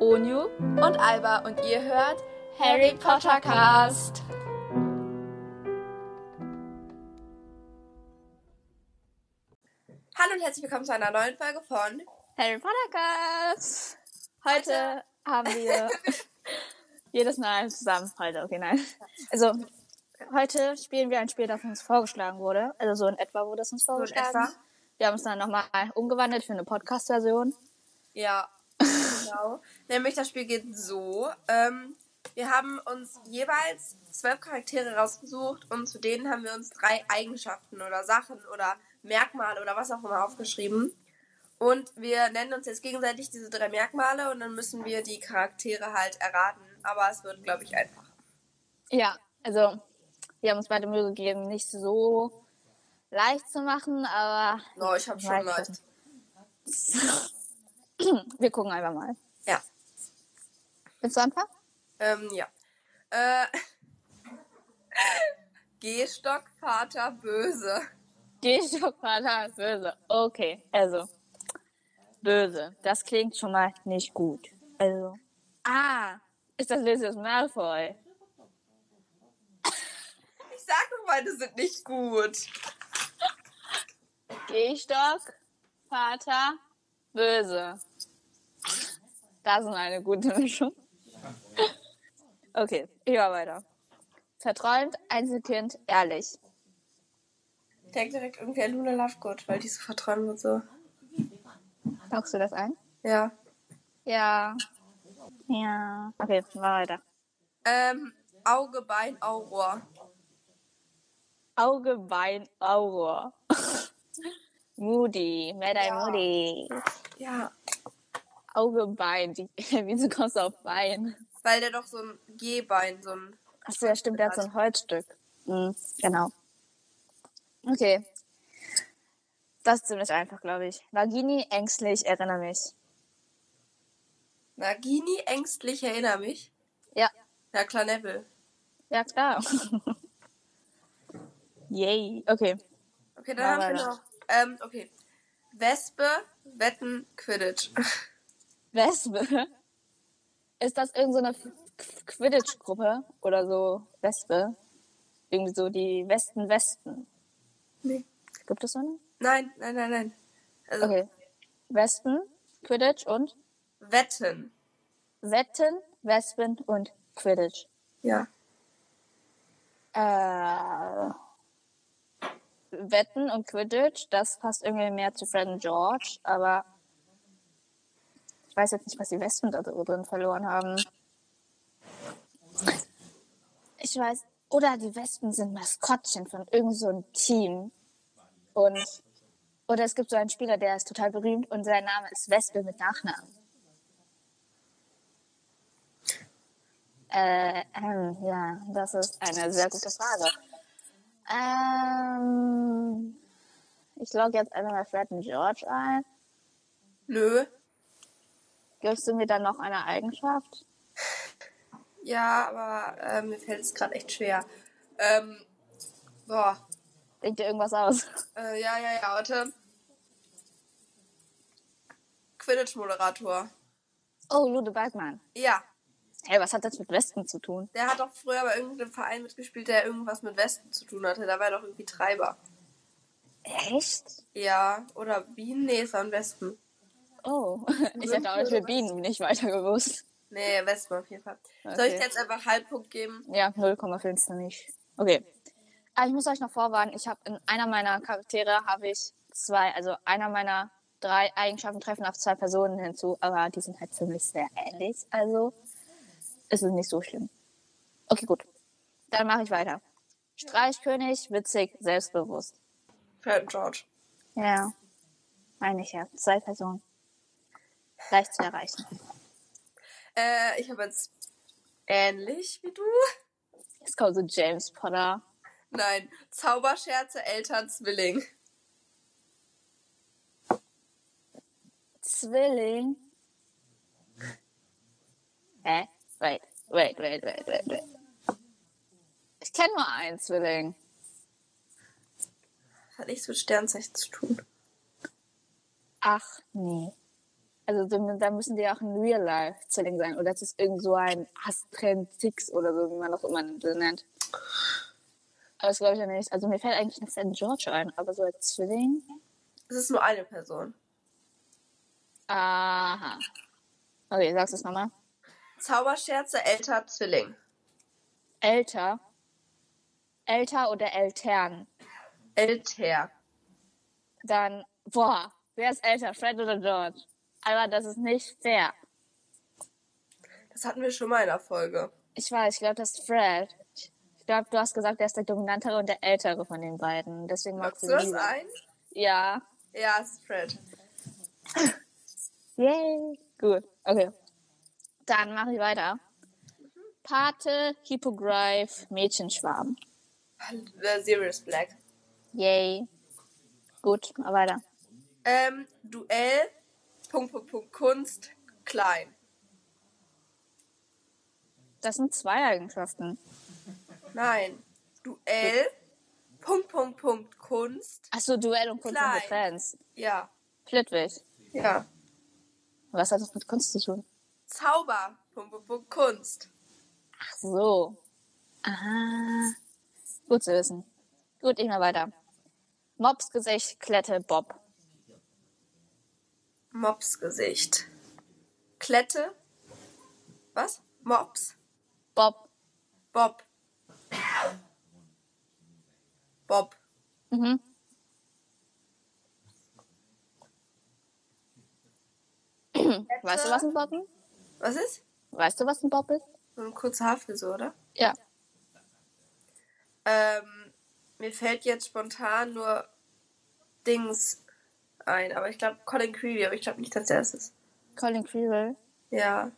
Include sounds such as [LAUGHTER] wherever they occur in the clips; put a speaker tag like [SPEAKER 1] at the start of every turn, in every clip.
[SPEAKER 1] Onyu und Alba und ihr hört Harry Potter Cast. Hallo und herzlich willkommen zu einer neuen Folge von
[SPEAKER 2] Harry Potter Cast. Heute haben [LAUGHS] wir jedes Mal zusammen. Heute, okay, nein. Also, heute spielen wir ein Spiel, das uns vorgeschlagen wurde. Also, so in etwa wurde es uns
[SPEAKER 1] in
[SPEAKER 2] vorgeschlagen.
[SPEAKER 1] etwa.
[SPEAKER 2] wir haben es dann nochmal umgewandelt für eine Podcast-Version.
[SPEAKER 1] Ja, genau. Nämlich das Spiel geht so. Ähm, wir haben uns jeweils zwölf Charaktere rausgesucht und zu denen haben wir uns drei Eigenschaften oder Sachen oder Merkmale oder was auch immer aufgeschrieben. Und wir nennen uns jetzt gegenseitig diese drei Merkmale und dann müssen wir die Charaktere halt erraten. Aber es wird, glaube ich, einfach.
[SPEAKER 2] Ja, also, wir haben uns beide Mühe gegeben, nicht so leicht zu machen, aber
[SPEAKER 1] No, Oh, ich habe schon
[SPEAKER 2] Weiß
[SPEAKER 1] leicht.
[SPEAKER 2] nicht. hm, wir gucken einfach mal.
[SPEAKER 1] Ja.
[SPEAKER 2] Willst du anfangen?
[SPEAKER 1] Ähm, ja. Äh, [LAUGHS] Gehstock, Vater, böse.
[SPEAKER 2] Gehstockvater ist böse. Okay, also. Böse. Das klingt schon mal nicht gut. Also. Ah, ist das Lucius Malfoy?
[SPEAKER 1] Ich sag doch, meine sind nicht gut.
[SPEAKER 2] Gehstockvater, böse. Das ist eine gute Mischung. [LAUGHS] Okay, ich war weiter. Verträumt, Einzelkind, ehrlich.
[SPEAKER 1] Ich denke direkt irgendwie an Luna Lovegood, weil die so verträumt wird so.
[SPEAKER 2] Packst du das ein?
[SPEAKER 1] Ja.
[SPEAKER 2] Ja. Ja. Okay, mal weiter.
[SPEAKER 1] Ähm, Auge, Bein, Auror.
[SPEAKER 2] Auge, Bein, Auror. Moody, Medai
[SPEAKER 1] Ja.
[SPEAKER 2] Moody.
[SPEAKER 1] Ja.
[SPEAKER 2] Auge, Bein. Die, [LAUGHS] wieso kommst du auf Bein?
[SPEAKER 1] Weil der doch so ein Gehbein, so ein.
[SPEAKER 2] Achso, ja, stimmt, der hat so ein Holzstück. Mhm, genau. Okay. Das ist ziemlich einfach, glaube ich. Vagini, ängstlich, erinnere mich.
[SPEAKER 1] Nagini, ängstlich, erinnere mich.
[SPEAKER 2] Ja,
[SPEAKER 1] Ja, klar, Neville.
[SPEAKER 2] ja, klar. [LAUGHS] Yay, okay.
[SPEAKER 1] Okay, dann
[SPEAKER 2] Ja,
[SPEAKER 1] haben wir
[SPEAKER 2] leider.
[SPEAKER 1] noch. Ähm, okay. Wespe, Wetten, Quidditch. [LAUGHS]
[SPEAKER 2] Wespe. Ist das irgendeine so eine Qu- Quidditch-Gruppe oder so Wespe? Irgendwie so die Westen-Westen.
[SPEAKER 1] Nee.
[SPEAKER 2] Gibt es so eine?
[SPEAKER 1] Nein, nein, nein, nein. Also,
[SPEAKER 2] Okay. Westen, Quidditch und
[SPEAKER 1] Wetten.
[SPEAKER 2] Wetten, Wespen und Quidditch.
[SPEAKER 1] Ja.
[SPEAKER 2] Äh, Wetten und Quidditch, das passt irgendwie mehr zu Fred und George, aber ich weiß jetzt nicht, was die Wespen da so drin verloren haben. Ich weiß, oder die Wespen sind Maskottchen von irgendeinem so einem Team. Und, oder es gibt so einen Spieler, der ist total berühmt und sein Name ist Wespe mit Nachnamen. Äh, ähm, ja, das ist eine sehr gute Frage. Ähm, ich logge jetzt einmal bei Fred und George ein.
[SPEAKER 1] Nö.
[SPEAKER 2] Gibst du mir dann noch eine Eigenschaft?
[SPEAKER 1] Ja, aber äh, mir fällt es gerade echt schwer. Ähm, boah.
[SPEAKER 2] Denk dir irgendwas aus. [LAUGHS]
[SPEAKER 1] Äh, ja, ja, ja, warte. Quidditch-Moderator.
[SPEAKER 2] Oh, Lude Bergmann.
[SPEAKER 1] Ja,
[SPEAKER 2] Hey, was hat das mit Westen zu tun?
[SPEAKER 1] der hat doch früher bei irgendeinem Verein mitgespielt, der irgendwas mit Westen zu tun hatte. Da war er doch irgendwie Treiber.
[SPEAKER 2] Echt?
[SPEAKER 1] Ja, oder Bienen? Nee, es waren Wespen.
[SPEAKER 2] Oh, [LAUGHS] ich hätte auch für Bienen nicht weiter gewusst.
[SPEAKER 1] Nee, Wespen auf jeden Fall. Soll ich
[SPEAKER 2] Okay.
[SPEAKER 1] dir jetzt einfach Halbpunkt geben?
[SPEAKER 2] Ja, 0,5 für mich. Okay. Aber ich muss euch noch vorwarnen, ich habe in einer meiner Charaktere habe ich zwei, also einer meiner drei Eigenschaften treffen auf zwei Personen hinzu, aber die sind halt ziemlich sehr ähnlich, also ist es nicht so schlimm. Okay, gut. Dann mache ich weiter. Streichkönig, witzig, selbstbewusst.
[SPEAKER 1] Fred und George.
[SPEAKER 2] Ja. Meine ich ja. Zwei Personen. Leicht zu erreichen.
[SPEAKER 1] Äh, ich habe jetzt ähnlich wie du. [LAUGHS]
[SPEAKER 2] Jetzt kommt so James Potter.
[SPEAKER 1] Nein, Zauberscherze, Eltern, Zwilling.
[SPEAKER 2] Zwilling. Hä? Wait, wait, wait, wait, wait, wait. Ich kenne nur einen Zwilling.
[SPEAKER 1] Hat nichts mit Sternzeichen zu tun.
[SPEAKER 2] Ach nee. Also so- da müssen die ja auch ein Real-Life-Zwilling sein. Oder das ist irgend so ein Astrentix oder so, wie man das immer so nennt. Aber das glaube ich ja nicht. Also mir fällt eigentlich noch St. George ein, aber so als Zwilling.
[SPEAKER 1] Es ist nur eine Person.
[SPEAKER 2] Aha. Okay, sagst du es nochmal?
[SPEAKER 1] Zauberscherze, älter Zwilling.
[SPEAKER 2] Älter. Älter oder Eltern.
[SPEAKER 1] Älter.
[SPEAKER 2] Dann, boah, wer ist älter, Fred oder George? Aber das ist nicht fair.
[SPEAKER 1] Das hatten wir schon mal in der Folge.
[SPEAKER 2] Ich weiß, ich glaube, das ist Fred. Ich glaube, du hast gesagt, er ist der dominantere und der ältere von den beiden. Deswegen magst
[SPEAKER 1] Lockst
[SPEAKER 2] du
[SPEAKER 1] du das
[SPEAKER 2] ihn.
[SPEAKER 1] ein?
[SPEAKER 2] Ja.
[SPEAKER 1] Ja, es ist Fred.
[SPEAKER 2] Yay. Gut, okay. Dann mache ich weiter. Pate, Hippogreif, Mädchenschwarm.
[SPEAKER 1] Äh, Sirius Black.
[SPEAKER 2] Yay. Gut, mal weiter.
[SPEAKER 1] Ähm, Duell, Punkt, Punkt, Punkt, Kunst, klein.
[SPEAKER 2] Das sind zwei Eigenschaften.
[SPEAKER 1] Nein. Duell, Punkt, Punkt, Punkt, Kunst.
[SPEAKER 2] Achso, Duell und Kunst
[SPEAKER 1] Klein.
[SPEAKER 2] mit Fans.
[SPEAKER 1] Ja.
[SPEAKER 2] Flitwig.
[SPEAKER 1] Ja.
[SPEAKER 2] Was hat das mit Kunst zu tun?
[SPEAKER 1] Zauber, Punkt, Punkt, Punkt, Kunst.
[SPEAKER 2] Ach so. Aha. Gut zu wissen. Gut, ich mal weiter. Mobs Gesicht, Klette, Bob.
[SPEAKER 1] Mopsgesicht. Klette. Was? Mops.
[SPEAKER 2] Bob.
[SPEAKER 1] Bob. Bob.
[SPEAKER 2] Mhm. Weißt du, was ein Bob ist?
[SPEAKER 1] Was ist?
[SPEAKER 2] Weißt du, was ein Bob ist?
[SPEAKER 1] So eine kurze Haarfrisur, oder?
[SPEAKER 2] Ja.
[SPEAKER 1] Ähm, mir fällt jetzt spontan nur Dings ein, aber ich glaube Colin Creevy, aber ich glaube nicht, dass er es ist.
[SPEAKER 2] Colin Creeville.
[SPEAKER 1] Ja,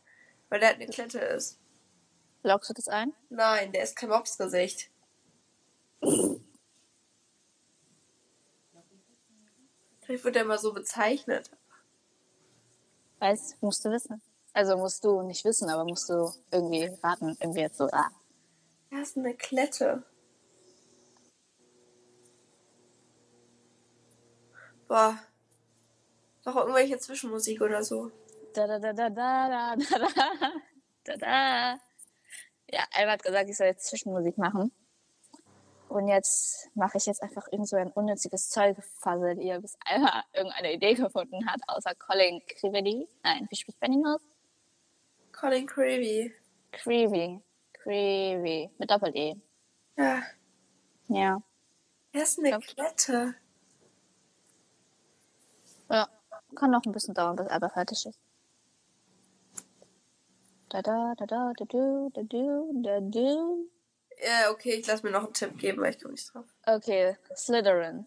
[SPEAKER 1] weil der hat eine Klette ist.
[SPEAKER 2] Loggst du das ein?
[SPEAKER 1] Nein, der ist kein Mopsgesicht. Vielleicht wird er mal so bezeichnet.
[SPEAKER 2] Weißt, musst du wissen. Also musst du nicht wissen, aber musst du irgendwie raten. Irgendwie jetzt so, ah.
[SPEAKER 1] Er ist eine Klette. Boah. Doch irgendwelche Zwischenmusik oder so.
[SPEAKER 2] Da da da da da [LAUGHS] da da da da da. Ja, Alba hat gesagt, ich soll jetzt Zwischenmusik machen. Und jetzt mache ich jetzt einfach irgend so ein unnütziges Zeugfassel hier, bis Alba irgendeine Idee gefunden hat, außer Colin Creevy. Nein, wie spricht man ihn aus?
[SPEAKER 1] Colin Creevy.
[SPEAKER 2] Creevy. Creevy. Mit Doppel-E.
[SPEAKER 1] Ja.
[SPEAKER 2] Ja.
[SPEAKER 1] Er ist eine
[SPEAKER 2] Ja.
[SPEAKER 1] Klette.
[SPEAKER 2] Ja. Kann noch ein bisschen dauern, bis Alba fertig ist. Da da da da da du da du da du.
[SPEAKER 1] Ja, okay, ich lasse mir noch einen Tipp geben, weil ich komme nicht drauf.
[SPEAKER 2] Okay, Slytherin.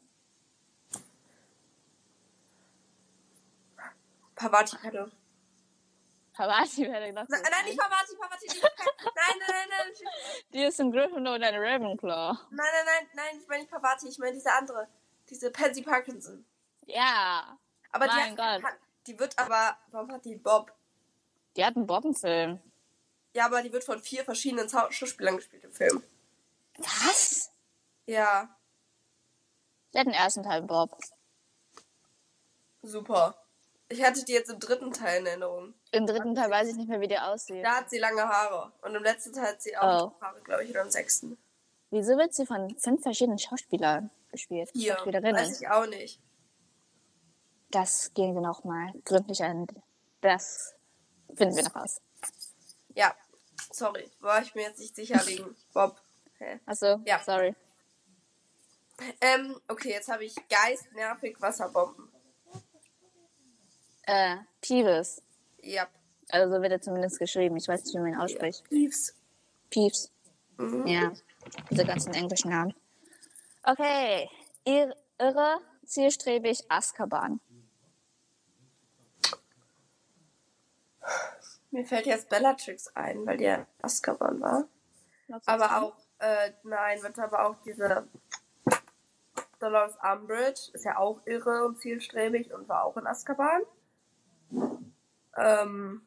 [SPEAKER 1] Pavati Kette.
[SPEAKER 2] [LAUGHS] Pavati wäre noch so.
[SPEAKER 1] Nein, nein, nicht Pavati, Pavati. die- [LAUGHS] Nein, nein, nein, nein.
[SPEAKER 2] Die ist ein Gryffindor und ein Ravenclaw.
[SPEAKER 1] Nein, nein, nein, nein, ich meine nicht Pavati, ich meine diese andere. Diese Pansy Parkinson.
[SPEAKER 2] Ja.
[SPEAKER 1] Aber
[SPEAKER 2] Mein
[SPEAKER 1] die hat,
[SPEAKER 2] Gott.
[SPEAKER 1] die wird aber, warum hat die Bob?
[SPEAKER 2] Die hat einen Bobbenfilm.
[SPEAKER 1] Ja, aber die wird von vier verschiedenen Zau- Schauspielern gespielt im Film.
[SPEAKER 2] Was?
[SPEAKER 1] Ja,
[SPEAKER 2] Die hat den ersten Teil Bob.
[SPEAKER 1] super. Ich hatte die jetzt im dritten Teil in Erinnerung.
[SPEAKER 2] Im dritten Teil weiß ich nicht mehr, wie der aussieht.
[SPEAKER 1] Da hat sie lange Haare. Und im letzten Teil hat sie auch
[SPEAKER 2] Oh.
[SPEAKER 1] Haare, glaube ich, oder im sechsten.
[SPEAKER 2] Wieso wird sie von fünf verschiedenen Schauspielern gespielt?
[SPEAKER 1] Hier.
[SPEAKER 2] Schauspielerinnen.
[SPEAKER 1] Weiß ich auch nicht.
[SPEAKER 2] Das gehen wir nochmal gründlich an. Das finden wir noch raus.
[SPEAKER 1] Ja, sorry, war ich mir jetzt nicht sicher wegen Bob. Hä?
[SPEAKER 2] Achso,
[SPEAKER 1] Ja.
[SPEAKER 2] sorry.
[SPEAKER 1] Ähm, okay, jetzt habe ich Geist, Nervig, Wasserbomben.
[SPEAKER 2] Äh, Peeves.
[SPEAKER 1] Ja.
[SPEAKER 2] Also so wird er zumindest geschrieben. Ich weiß nicht, wie man ihn ausspricht.
[SPEAKER 1] Leaves.
[SPEAKER 2] Peeves.
[SPEAKER 1] Mhm.
[SPEAKER 2] Ja, diese ganzen englischen Namen. Okay, Ir irre, zielstrebig, Azkaban.
[SPEAKER 1] Mir fällt jetzt Bellatrix ein, weil die ja in Azkaban war. Aber auch, äh, nein, wird aber auch diese Dolores Umbridge ist ja auch irre und zielstrebig und war auch in Azkaban. Ähm,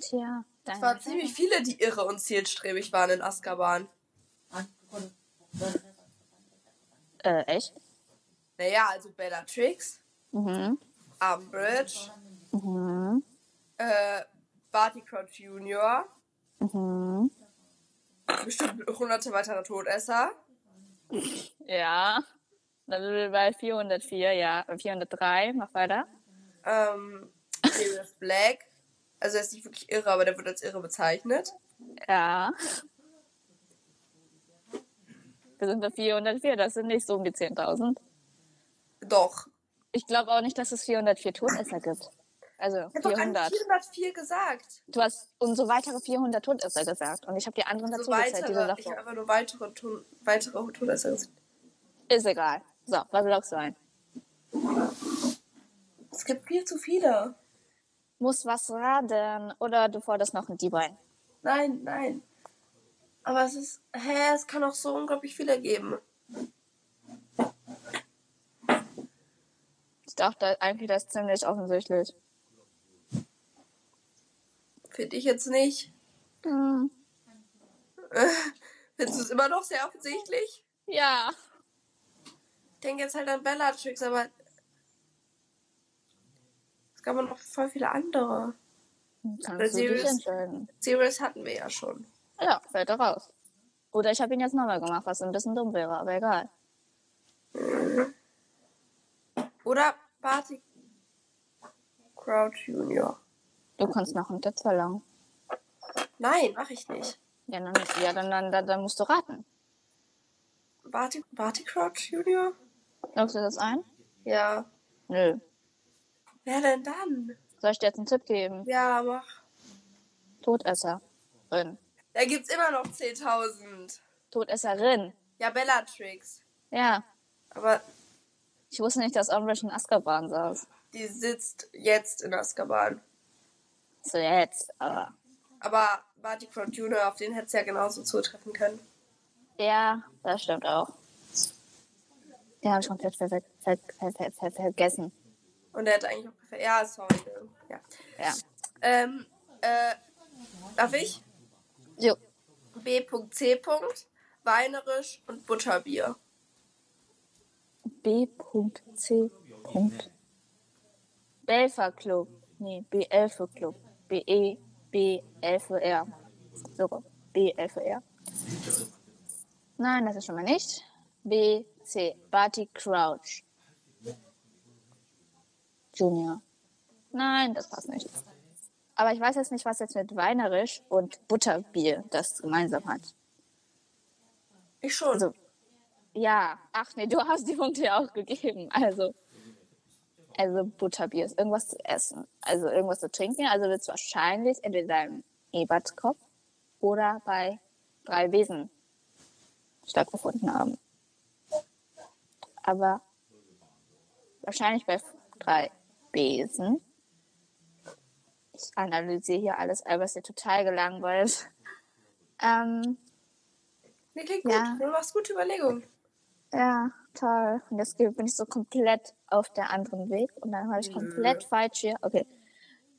[SPEAKER 2] Tja,
[SPEAKER 1] es waren
[SPEAKER 2] dein
[SPEAKER 1] ziemlich viele, die irre und zielstrebig waren in Azkaban.
[SPEAKER 2] Äh, echt? Äh,
[SPEAKER 1] Naja, also Bellatrix,
[SPEAKER 2] Mhm.
[SPEAKER 1] Umbridge,
[SPEAKER 2] Mhm.
[SPEAKER 1] äh, Barty Crouch Jr.,
[SPEAKER 2] Mhm.
[SPEAKER 1] bestimmt hunderte weitere Todesser.
[SPEAKER 2] Ja. Dann sind wir bei 404, ja. 403, mach weiter.
[SPEAKER 1] Ähm, Sirius Black. Also er ist nicht wirklich irre, aber der wird als irre bezeichnet.
[SPEAKER 2] Ja. Wir sind bei 404, das sind nicht so um die 10.000.
[SPEAKER 1] Doch.
[SPEAKER 2] Ich glaube auch nicht, dass es 404 Todesser gibt. Also
[SPEAKER 1] Ich habe doch eigentlich
[SPEAKER 2] 400.
[SPEAKER 1] 404 gesagt.
[SPEAKER 2] Du hast umso weitere 400 Todesser gesagt. Und ich habe die anderen dazu
[SPEAKER 1] So
[SPEAKER 2] gezählt, die du
[SPEAKER 1] weitere. Ich
[SPEAKER 2] davor.
[SPEAKER 1] habe einfach nur weitere, Ton- weitere Todesser gesagt.
[SPEAKER 2] Ist egal. So, was lockst du ein?
[SPEAKER 1] Es gibt viel zu viele.
[SPEAKER 2] Muss was raten oder du forderst noch einen Dieb ein.
[SPEAKER 1] Nein, nein. Aber es ist. Hä, es kann auch so unglaublich viele geben.
[SPEAKER 2] Ich dachte eigentlich, das ist ziemlich offensichtlich.
[SPEAKER 1] Finde ich jetzt nicht.
[SPEAKER 2] Hm.
[SPEAKER 1] Findest du es immer noch sehr offensichtlich?
[SPEAKER 2] Ja.
[SPEAKER 1] Ich denke jetzt halt an Bellatrix, aber. Es gab noch voll viele andere.
[SPEAKER 2] Kannst du dich
[SPEAKER 1] Sirius.
[SPEAKER 2] entscheiden.
[SPEAKER 1] Sirius hatten wir ja schon.
[SPEAKER 2] Ja, fällt er raus. Oder ich habe ihn jetzt nochmal gemacht, was ein bisschen dumm wäre, aber egal.
[SPEAKER 1] Oder Barty Crouch Junior.
[SPEAKER 2] Du kannst noch einen Tipp verlangen.
[SPEAKER 1] Nein, mach ich nicht.
[SPEAKER 2] Ja, dann, ja dann, dann, dann, dann musst du raten.
[SPEAKER 1] Barty, Barty Crouch Junior?
[SPEAKER 2] Lockst du das ein?
[SPEAKER 1] Ja.
[SPEAKER 2] Nö.
[SPEAKER 1] Wer denn dann?
[SPEAKER 2] Soll ich dir jetzt einen Tipp geben?
[SPEAKER 1] Ja, mach.
[SPEAKER 2] Todesser. Rin.
[SPEAKER 1] Da gibt's immer noch 10.000.
[SPEAKER 2] Todesserin.
[SPEAKER 1] Ja, Bellatrix.
[SPEAKER 2] Ja.
[SPEAKER 1] Aber
[SPEAKER 2] Ich wusste nicht, dass Umbridge in Azkaban saß.
[SPEAKER 1] die sitzt jetzt in Azkaban.
[SPEAKER 2] So jetzt, aber.
[SPEAKER 1] Aber Barty Crouch Junior, auf den hätte es ja genauso zutreffen können.
[SPEAKER 2] Ja, das stimmt auch. Den habe ich komplett ver ver ver ver ver ver vergessen.
[SPEAKER 1] Und der hätte eigentlich auch perfekt. Ja, sorry. Ja.
[SPEAKER 2] Ja.
[SPEAKER 1] Ähm, äh, darf ich?
[SPEAKER 2] Jo.
[SPEAKER 1] B.C. Weinerisch und Butterbier.
[SPEAKER 2] B.C. Belfer Club. Nee, B11 Club. E BE, B11R. So, rum. B11R. Nein, das ist schon mal nicht. BC, Barty Crouch. Junior. Nein, das passt nicht. Aber ich weiß jetzt nicht, was jetzt mit Weinerisch und Butterbier das gemeinsam hat.
[SPEAKER 1] Ich schon.
[SPEAKER 2] Also, ja. Ach nee, du hast die Punkte ja auch gegeben. Also, also Butterbier ist irgendwas zu essen. Also irgendwas zu trinken. Also wird es wahrscheinlich entweder im Ebertskopf oder bei drei Wesen stattgefunden haben. Aber wahrscheinlich bei drei Besen. Ich analysiere hier alles, aber ist ja total gelangweilt. Ähm,
[SPEAKER 1] Nee, klingt
[SPEAKER 2] Ja.
[SPEAKER 1] gut. Du machst gute Überlegung.
[SPEAKER 2] Ja, toll. Und jetzt ge- bin ich so komplett auf der anderen Weg und dann habe ich komplett falsch hier. Okay.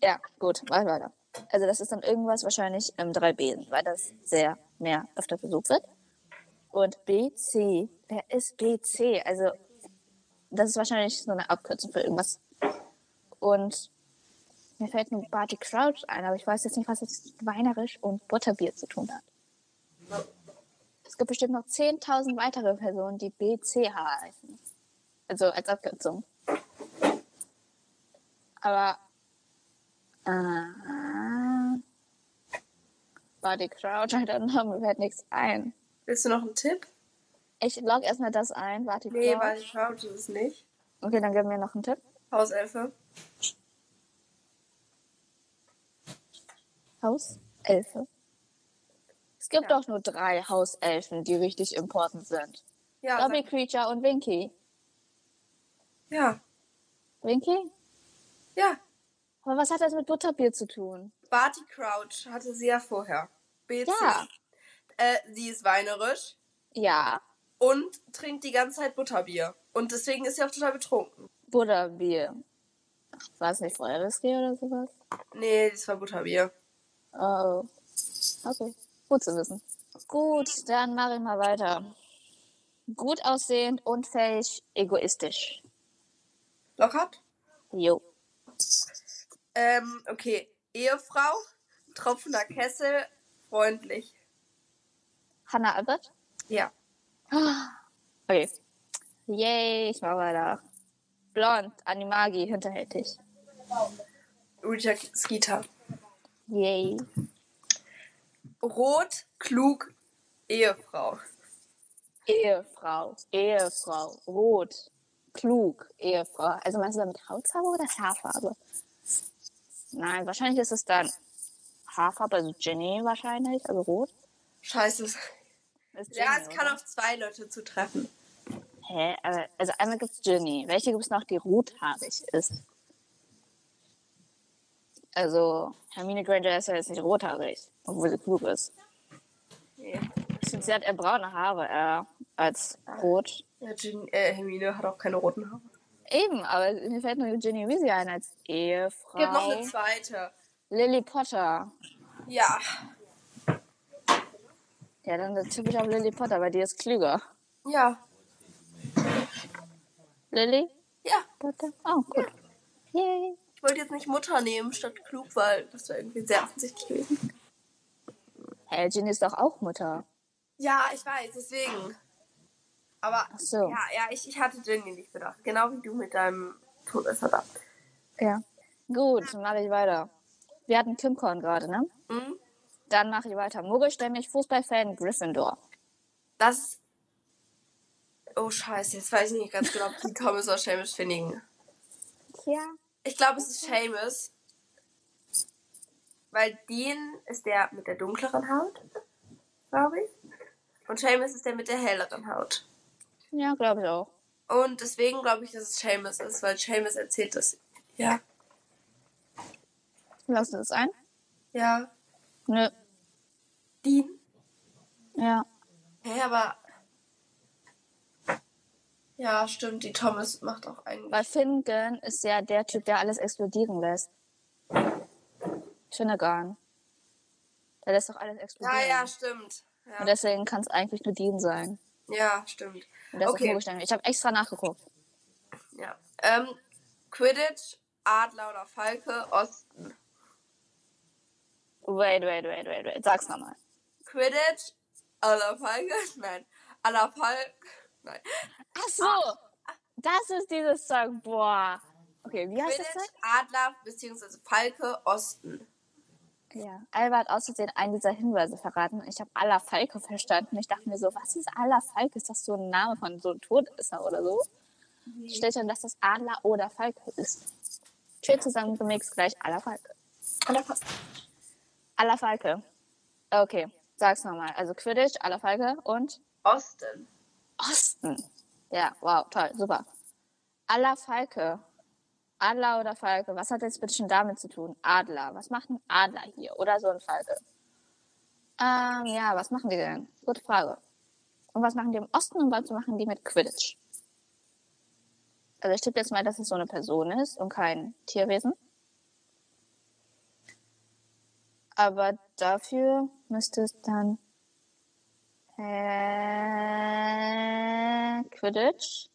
[SPEAKER 2] Ja, gut, mach weiter. Also das ist dann irgendwas wahrscheinlich im 3B, weil das sehr mehr öfter besucht wird. Und BC, wer ist BC? Also das ist wahrscheinlich so eine Abkürzung für irgendwas. Und mir fällt nur Barty Crouch ein, aber ich weiß jetzt nicht, was jetzt mit Weinerisch und Butterbier zu tun hat. Es gibt bestimmt noch 10.000 weitere Personen, die BCH heißen. Also als Abkürzung. Aber. Äh, Body Crouch, [LAUGHS] I don't know, mir fällt nichts ein.
[SPEAKER 1] Willst du noch einen Tipp?
[SPEAKER 2] Ich log erstmal das ein, warte
[SPEAKER 1] Nee,
[SPEAKER 2] Crouch.
[SPEAKER 1] weil ich schaue es nicht.
[SPEAKER 2] Okay, dann gib mir noch einen Tipp.
[SPEAKER 1] Hauselfe.
[SPEAKER 2] Hauselfe. Es gibt
[SPEAKER 1] Ja.
[SPEAKER 2] doch nur drei Hauselfen, die richtig important sind.
[SPEAKER 1] Ja,
[SPEAKER 2] Dobby
[SPEAKER 1] sag,
[SPEAKER 2] Creature und Winky.
[SPEAKER 1] ja,
[SPEAKER 2] Winky?
[SPEAKER 1] ja.
[SPEAKER 2] Aber was hat das mit Butterbier zu tun?
[SPEAKER 1] Barty Crouch hatte sie ja vorher. BC.
[SPEAKER 2] Ja.
[SPEAKER 1] Äh, sie ist weinerisch
[SPEAKER 2] Ja,
[SPEAKER 1] und trinkt die ganze Zeit Butterbier. Und deswegen ist sie auch total betrunken.
[SPEAKER 2] Butterbier. Ach, War es nicht Feuerwhisky oder sowas?
[SPEAKER 1] Nee, das war Butterbier.
[SPEAKER 2] Oh. Okay. Gut zu wissen. Gut, dann mache ich mal weiter. Gut aussehend, unfähig, egoistisch.
[SPEAKER 1] Lockhart?
[SPEAKER 2] Jo.
[SPEAKER 1] Ähm, okay. Ehefrau, tropfender Kessel, freundlich.
[SPEAKER 2] Hannah Albert?
[SPEAKER 1] Ja.
[SPEAKER 2] Okay. Yay, ich mach weiter. Blond, Animagi, hinterhältig.
[SPEAKER 1] Rita Skeeter.
[SPEAKER 2] Yay.
[SPEAKER 1] Rot, klug, Ehefrau.
[SPEAKER 2] Ehefrau, Ehefrau, rot, klug, Ehefrau. Also meinst du damit Hautfarbe oder Haarfarbe? Nein, wahrscheinlich ist es dann Haarfarbe, also Jenny wahrscheinlich, also rot.
[SPEAKER 1] Scheiße.
[SPEAKER 2] Ist
[SPEAKER 1] Ja,
[SPEAKER 2] Jenny,
[SPEAKER 1] es kann
[SPEAKER 2] oder?
[SPEAKER 1] auf zwei Leute zutreffen.
[SPEAKER 2] Hä? Aber- Also einmal gibt's Ginny. Welche gibt's noch, die rothaarig ist? Also Hermine Granger ist ja jetzt nicht rothaarig, obwohl sie klug ist.
[SPEAKER 1] Nee.
[SPEAKER 2] Ich finde, sie hat eher braune Haare eher als rot.
[SPEAKER 1] Ja, Gin, äh, Hermine hat auch keine roten Haare.
[SPEAKER 2] Eben, aber mir fällt nur Ginny Weasley ein als
[SPEAKER 1] Es gibt
[SPEAKER 2] Ehefrau.
[SPEAKER 1] noch eine zweite.
[SPEAKER 2] Lily Potter.
[SPEAKER 1] Ja.
[SPEAKER 2] Ja, dann der typische auf Lily Potter, weil die ist klüger.
[SPEAKER 1] Ja.
[SPEAKER 2] Lily
[SPEAKER 1] Ja.
[SPEAKER 2] Potter? Oh, gut. Yay.
[SPEAKER 1] Ich wollte jetzt nicht Mutter nehmen statt klug, weil das wäre irgendwie sehr offensichtlich gewesen.
[SPEAKER 2] Hey, Ginny ist doch auch Mutter.
[SPEAKER 1] Ja, ich weiß, deswegen. Aber
[SPEAKER 2] Ach so.
[SPEAKER 1] ja, ja, ich, ich hatte Jenny nicht bedacht. Genau wie du mit deinem Todesser da.
[SPEAKER 2] Ja. Gut, dann mache ich weiter. Wir hatten Kim Korn gerade, ne?
[SPEAKER 1] Mhm.
[SPEAKER 2] Dann mache ich weiter. Muggelstämmig, Fußballfan, Gryffindor.
[SPEAKER 1] Das. Oh Scheiße, jetzt weiß ich nicht ganz genau, ob die Thomas oder Seamus Finnigan.
[SPEAKER 2] Ja.
[SPEAKER 1] Ich glaube, es ist Seamus. Weil Dean ist der mit der dunkleren Haut, glaube ich. Und Seamus ist der mit der helleren Haut.
[SPEAKER 2] Ja, glaube ich auch.
[SPEAKER 1] Und deswegen glaube ich, dass es Seamus ist, weil Seamus erzählt das. Ja.
[SPEAKER 2] Lass uns das ein?
[SPEAKER 1] Ja.
[SPEAKER 2] Nö.
[SPEAKER 1] Dean?
[SPEAKER 2] Ja.
[SPEAKER 1] Hä, aber. Ja, stimmt, die Thomas macht auch eigentlich.
[SPEAKER 2] Weil Finnegan ist ja der Typ, der alles explodieren lässt. Finnegan. Der lässt doch alles explodieren.
[SPEAKER 1] Ja, ja, stimmt.
[SPEAKER 2] Und
[SPEAKER 1] Ja,
[SPEAKER 2] deswegen kann es eigentlich nur Dean sein.
[SPEAKER 1] ja stimmt.
[SPEAKER 2] Und das ist
[SPEAKER 1] Okay.
[SPEAKER 2] Muggelstämmig. Ich habe extra nachgeguckt.
[SPEAKER 1] Ja. Ähm, Quidditch, Adler oder Falke, Osten.
[SPEAKER 2] Wait, wait, wait, wait, wait. Sag's nochmal.
[SPEAKER 1] Quidditch, Adler, Falke, [LAUGHS] nein. Adler, Falke, [LAUGHS] nein.
[SPEAKER 2] Ach so. Ah, Das ist dieses Zeug. Boah. Okay, wie heißt das
[SPEAKER 1] Quidditch,
[SPEAKER 2] Zeug?
[SPEAKER 1] Adler, beziehungsweise Falke, Osten.
[SPEAKER 2] Ja. Alba hat aus Versehen einen dieser Hinweise verraten. Ich habe Alla Falke verstanden. Ich dachte mir so, was ist Alla Falke? Ist das so ein Name von so einem Todesser oder so? Ich stellte dann, dass das Adler oder Falke ist. Schön zusammengemixt, gleich Alla Falke.
[SPEAKER 1] Adler, Falke.
[SPEAKER 2] Alla Falke. Okay, sag's nochmal. Also Quidditch, Alla Falke und
[SPEAKER 1] Osten.
[SPEAKER 2] Osten. Ja, wow, toll, super. Alla Falke. Adler oder Falke, was hat jetzt bitte schon damit zu tun? Adler. Was macht ein Adler hier? Oder so ein Falke? Ähm, ja, was machen die denn? Gute Frage. Und was machen die im Osten und was machen die mit Quidditch? Also ich tippe jetzt mal, dass es so eine Person ist und kein Tierwesen. Aber dafür müsste es dann äh, Quidditch.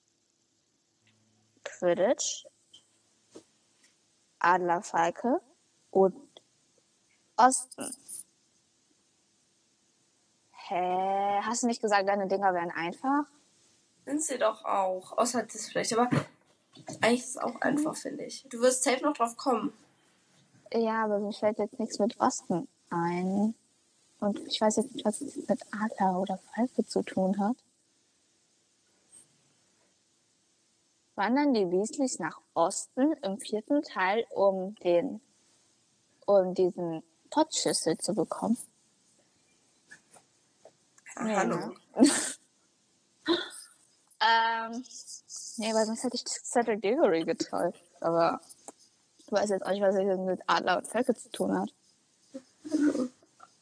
[SPEAKER 2] Quidditch. Adlerfalke und Osten. Hä? Hast du nicht gesagt, deine Dinger wären einfach?
[SPEAKER 1] Sind sie doch auch. Außer das vielleicht, aber eigentlich ist es auch einfach, finde ich. Du wirst safe noch drauf kommen.
[SPEAKER 2] Ja, aber mir fällt jetzt nichts mit Osten ein. Und ich weiß jetzt nicht, was es mit Adler oder Falke zu tun hat. Wandern die Weasleys nach Osten im vierten Teil, um den, um diesen Potschüssel zu bekommen?
[SPEAKER 1] Keine Ahnung.
[SPEAKER 2] Ähm, nee, weil sonst hätte ich Cedric Diggory getäuscht. Aber ich weiß jetzt auch nicht, was das mit Adler und Falke zu tun hat.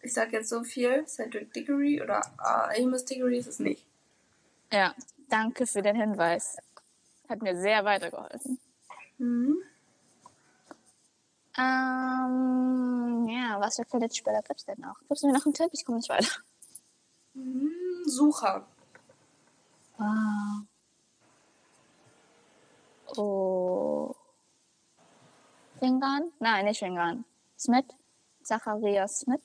[SPEAKER 1] Ich sag jetzt so viel. Cedric Diggory oder äh, Amos Diggory ist es nicht.
[SPEAKER 2] Ja, danke für den Hinweis. Hat mir sehr weitergeholfen.
[SPEAKER 1] Mhm.
[SPEAKER 2] Ähm, ja, was für Quidditch-Spieler gibt's denn noch? Gibst du mir noch einen Tipp? Ich komme nicht weiter.
[SPEAKER 1] Mhm, Sucher.
[SPEAKER 2] Wow. Oh. Ringan? Nein, nicht Ringan. Smith? Zacharias Smith?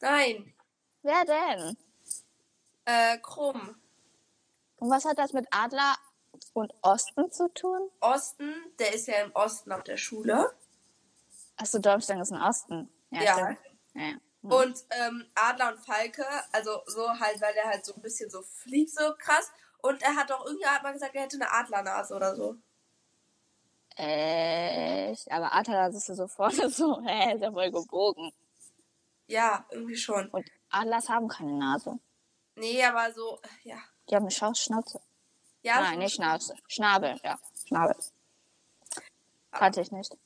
[SPEAKER 1] Nein.
[SPEAKER 2] Wer denn?
[SPEAKER 1] Äh, krumm.
[SPEAKER 2] Und was hat das mit Adler und Osten zu tun?
[SPEAKER 1] Osten, der ist ja im Osten auf der Schule.
[SPEAKER 2] Achso, Dormstein ist im Osten.
[SPEAKER 1] Ja.
[SPEAKER 2] stimmt. Ja, Hm, ja.
[SPEAKER 1] Und ähm, Adler und Falke, also so halt, weil er halt so ein bisschen so fliegt, so krass. Und er hat auch irgendjemand hat mal gesagt, er hätte eine Adlernase oder so.
[SPEAKER 2] Echt? Aber Adler, das ist ja so vorne [LAUGHS] so, hä, ist ja voll gebogen.
[SPEAKER 1] Ja, irgendwie schon.
[SPEAKER 2] Und Adlers haben keine Nase.
[SPEAKER 1] Nee, aber so, ja.
[SPEAKER 2] Die haben eine Schau- Schnauze.
[SPEAKER 1] ja
[SPEAKER 2] Nein,
[SPEAKER 1] so-
[SPEAKER 2] nicht Schnauze. Schnabel, ja. Schnabel. Kannte ich nicht.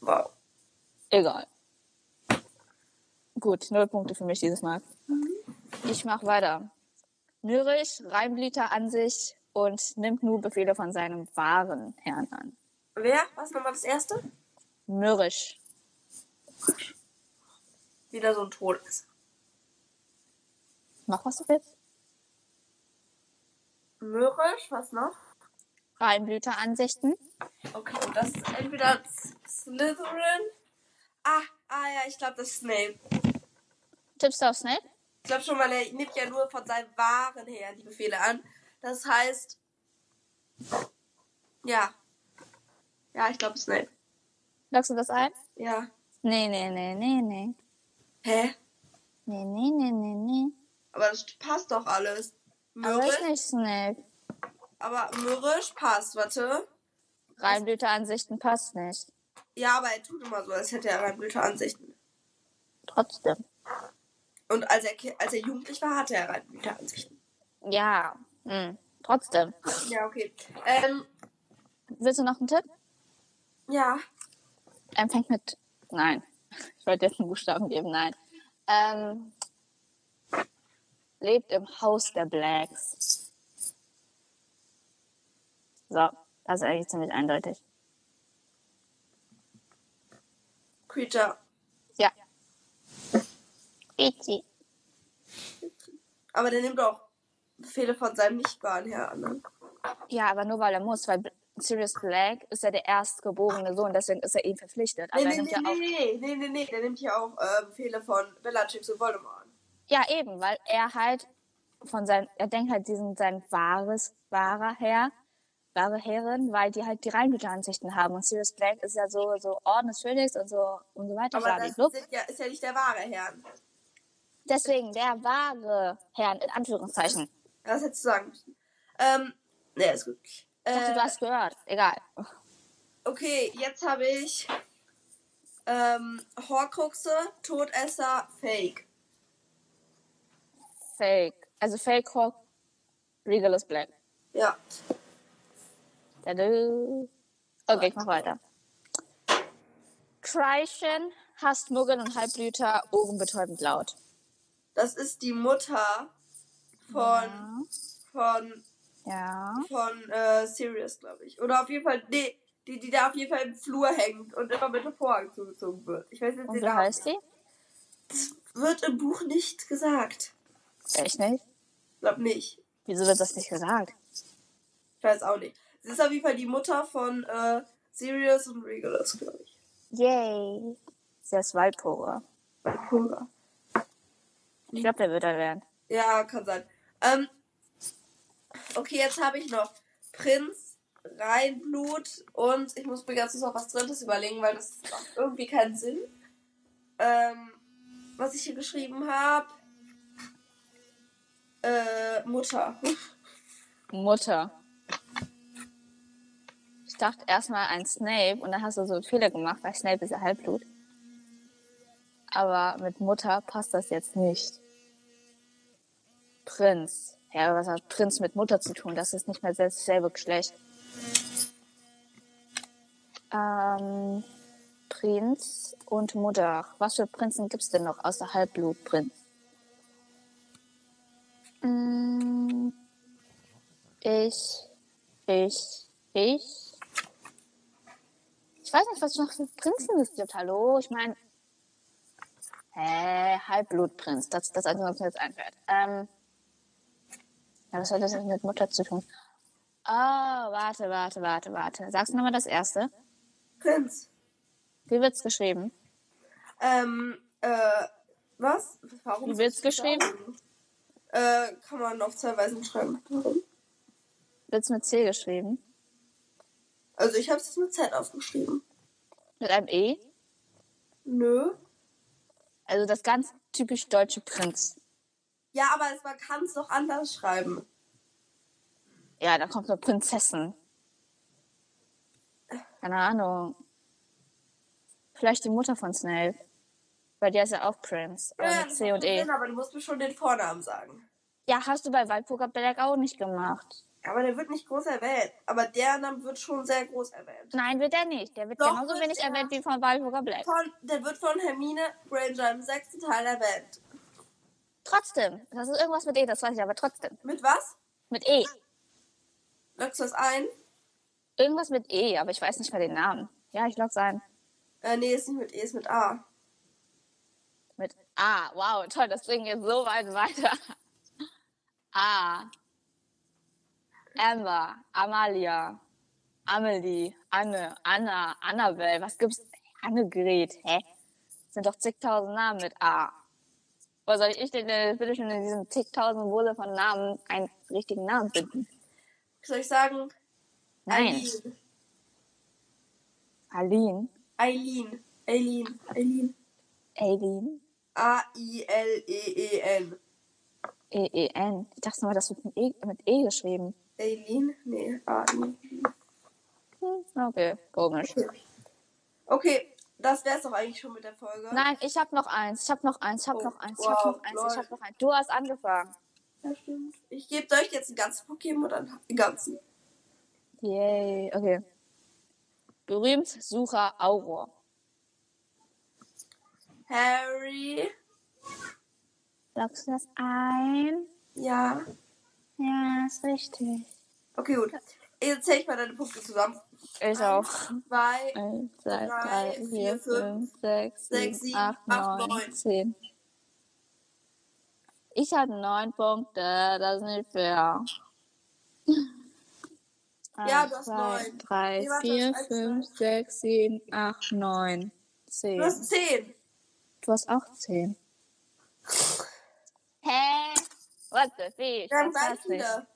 [SPEAKER 1] Wow.
[SPEAKER 2] Egal. Gut, null Punkte für mich dieses Mal. Ich mache weiter. Mürrisch, Reimblüter an sich und nimmt nur Befehle von seinem wahren Herrn an.
[SPEAKER 1] Wer? Was nochmal das erste?
[SPEAKER 2] Mürrisch.
[SPEAKER 1] Wieder so ein Todes.
[SPEAKER 2] Mach was du willst.
[SPEAKER 1] Mürrisch, was noch?
[SPEAKER 2] Reimblüter-Ansichten.
[SPEAKER 1] Okay, und das ist entweder S- Slytherin. Ah, ah ja, ich glaube, das ist Snape.
[SPEAKER 2] Tippst du auf Snape?
[SPEAKER 1] Ich glaube schon, weil er nimmt ja nur von seinem wahren Herrn die Befehle an. Das heißt. Ja. Ja, ich glaube Snape.
[SPEAKER 2] Lockst du das ein?
[SPEAKER 1] Ja.
[SPEAKER 2] Nee, nee, nee, nee, nee.
[SPEAKER 1] Hä?
[SPEAKER 2] Nee, nee, nee, nee, nee.
[SPEAKER 1] Aber das passt doch alles.
[SPEAKER 2] Aber
[SPEAKER 1] Mürrisch,
[SPEAKER 2] ist nicht Snape.
[SPEAKER 1] aber mürrisch passt, warte.
[SPEAKER 2] Reimblüter-Ansichten passt nicht.
[SPEAKER 1] Ja, aber er tut immer so, als hätte er Reinblüteransichten.
[SPEAKER 2] Trotzdem.
[SPEAKER 1] Und als er, ki- als er jugendlich war, hatte er Reinblüteransichten.
[SPEAKER 2] Ja. Hm. Trotzdem.
[SPEAKER 1] Ja, okay. Ähm,
[SPEAKER 2] Willst du noch einen Tipp?
[SPEAKER 1] ja.
[SPEAKER 2] Ähm, fängt mit. Nein. [LAUGHS] Ich wollte jetzt einen Buchstaben geben, nein. Ähm, lebt im Haus der Blacks. So, das ist eigentlich ziemlich eindeutig.
[SPEAKER 1] Creature.
[SPEAKER 2] Ja. Itchy.
[SPEAKER 1] Aber der nimmt auch Befehle von seinem nicht wahren Herrn an. ne?
[SPEAKER 2] Ja, aber nur weil er muss, weil Bl- Sirius Black ist ja der erstgeborene Sohn, deswegen ist er ihm verpflichtet. Aber
[SPEAKER 1] Nee,
[SPEAKER 2] er
[SPEAKER 1] nee,
[SPEAKER 2] nimmt
[SPEAKER 1] nee,
[SPEAKER 2] ja auch.
[SPEAKER 1] nee, nee, nee, nee, nee, der nimmt ja auch äh, Befehle von Bellatrix und Voldemort an.
[SPEAKER 2] Ja, eben, weil er halt von seinem, er denkt halt, sie sind sein wahres, wahrer Herr, wahre Herrin, weil die halt die Reinblüteransichten haben. Und Sirius Black ist ja so, so Orden des Phönix und so und so weiter.
[SPEAKER 1] Aber das
[SPEAKER 2] blablabla.
[SPEAKER 1] sind ja, ist ja nicht der wahre Herr.
[SPEAKER 2] Deswegen der wahre Herr, in Anführungszeichen.
[SPEAKER 1] Das hättest du sagen müssen. Ähm, nee, ist gut.
[SPEAKER 2] Ich dachte,
[SPEAKER 1] Äh,
[SPEAKER 2] du hast gehört. Egal.
[SPEAKER 1] okay, jetzt habe ich ähm, Horcruxe, Todesser, Fake.
[SPEAKER 2] Fake. Also Fake Hawk, Regalus Black.
[SPEAKER 1] Ja.
[SPEAKER 2] Tada. Okay, ich mach weiter. Kreischen hasst Muggel und Halbblüter, ohrenbetäubend laut.
[SPEAKER 1] Das ist die Mutter von, von,
[SPEAKER 2] Ja.
[SPEAKER 1] von äh, Sirius, glaube ich. Oder auf jeden Fall, nee, die, die da auf jeden Fall im Flur hängt und immer mit dem Vorhang zugezogen wird. Ich weiß jetzt
[SPEAKER 2] Und
[SPEAKER 1] den
[SPEAKER 2] wie
[SPEAKER 1] Namen.
[SPEAKER 2] heißt die?
[SPEAKER 1] Wird im Buch nicht gesagt.
[SPEAKER 2] Echt nicht?
[SPEAKER 1] Glaub nicht.
[SPEAKER 2] Wieso wird das nicht gesagt?
[SPEAKER 1] Ich weiß auch nicht. Sie ist auf jeden Fall die Mutter von äh, Sirius und Regulus, glaube ich.
[SPEAKER 2] Yay. Sie ist Waldpore.
[SPEAKER 1] Valcora.
[SPEAKER 2] Ich glaube, der wird er werden.
[SPEAKER 1] Ja, kann sein. Ähm, okay, jetzt habe ich noch Prinz, Reinblut und ich muss mir ganz kurz noch was Drittes überlegen, weil das macht irgendwie keinen Sinn. Ähm, was ich hier geschrieben habe. Äh, Mutter. [LAUGHS]
[SPEAKER 2] Mutter. Ich dachte erstmal an Snape und dann hast du so einen Fehler gemacht, weil Snape ist ja Halbblut. Aber mit Mutter passt das jetzt nicht. Prinz. Ja, aber was hat Prinz mit Mutter zu tun? Das ist nicht mehr selbst- dasselbe Geschlecht. Ähm, Prinz und Mutter. Was für Prinzen gibt's denn noch außer Halbblutprinz? Mm, ich, ich, ich. Ich weiß nicht, was es noch für Prinzen es gibt. Hallo, ich meine. Hä, Halbblutprinz. Das ist das Einzige, was mir jetzt einfällt. Ähm, ja, was hat das denn mit Mutter zu tun? Oh, warte, warte, warte, warte. Sagst du nochmal das erste?
[SPEAKER 1] Prinz.
[SPEAKER 2] Wie wird's geschrieben?
[SPEAKER 1] Ähm, äh, was? Warum?
[SPEAKER 2] Wie wird's geschrieben?
[SPEAKER 1] Äh, kann man auf zwei Weisen schreiben.
[SPEAKER 2] Wird's mit C geschrieben?
[SPEAKER 1] Also ich habe es mit Z aufgeschrieben.
[SPEAKER 2] Mit einem E?
[SPEAKER 1] Nö.
[SPEAKER 2] Also das ganz typisch deutsche Prinz.
[SPEAKER 1] Ja, aber es- man kann es doch anders schreiben.
[SPEAKER 2] Ja, da kommt eine Prinzessin. Keine Ahnung. Vielleicht die Mutter von Snail. Weil der ist ja auch Prinz.
[SPEAKER 1] Ja,
[SPEAKER 2] Aber mit
[SPEAKER 1] das
[SPEAKER 2] C
[SPEAKER 1] macht
[SPEAKER 2] und E.
[SPEAKER 1] Sinn, Also aber du musst mir schon den Vornamen sagen.
[SPEAKER 2] Ja, hast du bei Waldpoker Black auch nicht gemacht.
[SPEAKER 1] Aber der wird nicht groß erwähnt. Aber der Name wird schon sehr groß erwähnt.
[SPEAKER 2] Nein, wird er nicht. Der wird
[SPEAKER 1] Doch,
[SPEAKER 2] genauso
[SPEAKER 1] wird
[SPEAKER 2] wenig
[SPEAKER 1] er.
[SPEAKER 2] erwähnt wie von Waldpoker Black.
[SPEAKER 1] Von, der wird von Hermine Granger im sechsten Teil erwähnt.
[SPEAKER 2] Trotzdem. Das ist irgendwas mit E, das weiß ich aber trotzdem.
[SPEAKER 1] Mit was?
[SPEAKER 2] Mit E.
[SPEAKER 1] Lockst du das ein?
[SPEAKER 2] Irgendwas mit E, aber ich weiß nicht mehr den Namen. Ja, ich log's ein.
[SPEAKER 1] Äh, nee, ist nicht mit E, ist mit A.
[SPEAKER 2] Mit A. Wow, toll, das Ding geht so weit weiter. [LAUGHS] A. Amber, Amalia, Amelie, Anne, Anna, Annabelle, was gibt's? Annegret, hä? Das sind doch zigtausend Namen mit A. Wo soll ich denn äh, bitte schon in diesen zigtausend Wurzel von Namen einen richtigen Namen finden?
[SPEAKER 1] Soll ich sagen?
[SPEAKER 2] Nein.
[SPEAKER 1] Eileen.
[SPEAKER 2] Aline.
[SPEAKER 1] Eileen. Eileen. Eileen.
[SPEAKER 2] Aileen.
[SPEAKER 1] E A-I-L-E-E-N.
[SPEAKER 2] E-E-N. E Ich dachte mal, das wird mit E, mit e geschrieben.
[SPEAKER 1] Eileen? Nee, A-I.
[SPEAKER 2] Hm, okay, komisch.
[SPEAKER 1] Okay, das wär's doch eigentlich schon mit der Folge.
[SPEAKER 2] Nein, ich habe noch eins, ich habe noch eins, ich habe
[SPEAKER 1] Oh,
[SPEAKER 2] noch eins, ich
[SPEAKER 1] wow,
[SPEAKER 2] habe noch eins, ich
[SPEAKER 1] lol.
[SPEAKER 2] habe noch eins. Du hast angefangen.
[SPEAKER 1] Ja, stimmt. Ich gebe euch jetzt einen ganzen Pokémon oder einen ganzen.
[SPEAKER 2] Yay, okay. Berühmt Sucher Auror.
[SPEAKER 1] Harry.
[SPEAKER 2] Lockst du das ein?
[SPEAKER 1] Ja.
[SPEAKER 2] Ja, ist richtig.
[SPEAKER 1] Okay, gut. Jetzt zähle ich mal deine Punkte zusammen.
[SPEAKER 2] Ich auch.
[SPEAKER 1] Zwei.
[SPEAKER 2] Eins, zwei,
[SPEAKER 1] drei,
[SPEAKER 2] drei,
[SPEAKER 1] vier,
[SPEAKER 2] vier, fünf, sechs,
[SPEAKER 1] sechs,
[SPEAKER 2] sieben, acht, neun, zehn. Ich hatte neun Punkte, das ist nicht fair.
[SPEAKER 1] Ja,
[SPEAKER 2] Eins,
[SPEAKER 1] du hast
[SPEAKER 2] zwei,
[SPEAKER 1] neun. Nee,
[SPEAKER 2] Drei,
[SPEAKER 1] warte,
[SPEAKER 2] vier,
[SPEAKER 1] eins,
[SPEAKER 2] fünf, sechs, sieben, acht, neun, zehn.
[SPEAKER 1] Du hast zehn.
[SPEAKER 2] Du hast auch
[SPEAKER 1] [LAUGHS]
[SPEAKER 2] 10. Hä? What the fish?
[SPEAKER 1] Wir
[SPEAKER 2] Was
[SPEAKER 1] haben gleich
[SPEAKER 2] hast du?
[SPEAKER 1] wieder.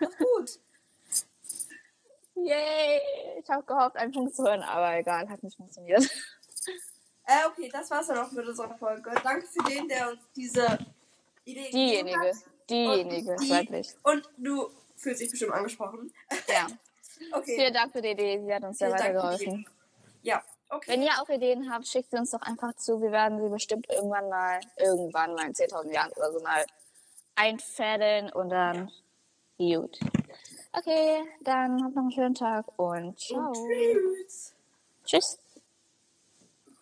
[SPEAKER 1] Doch gut.
[SPEAKER 2] Yay! Ich habe gehofft, einen Punkt zu hören, aber egal, hat nicht funktioniert.
[SPEAKER 1] Äh, okay, das war's dann auch mit unserer Folge. Danke für den, der uns diese Idee gegeben
[SPEAKER 2] Diejenige.
[SPEAKER 1] hat.
[SPEAKER 2] Diejenige,
[SPEAKER 1] die-
[SPEAKER 2] wirklich.
[SPEAKER 1] Und du fühlst dich bestimmt angesprochen.
[SPEAKER 2] Ja.
[SPEAKER 1] Okay.
[SPEAKER 2] Vielen Dank für die Idee, sie hat uns sehr
[SPEAKER 1] Vielen Dank für die
[SPEAKER 2] weitergeholfen.
[SPEAKER 1] Ja. Okay.
[SPEAKER 2] Wenn ihr auch Ideen habt, schickt sie uns doch einfach zu. Wir werden sie bestimmt irgendwann mal, irgendwann mal in 10.000 Jahren oder so mal einfädeln und dann gut. Okay, dann habt noch einen schönen Tag und ciao.
[SPEAKER 1] Tschüss.
[SPEAKER 2] Tschüss.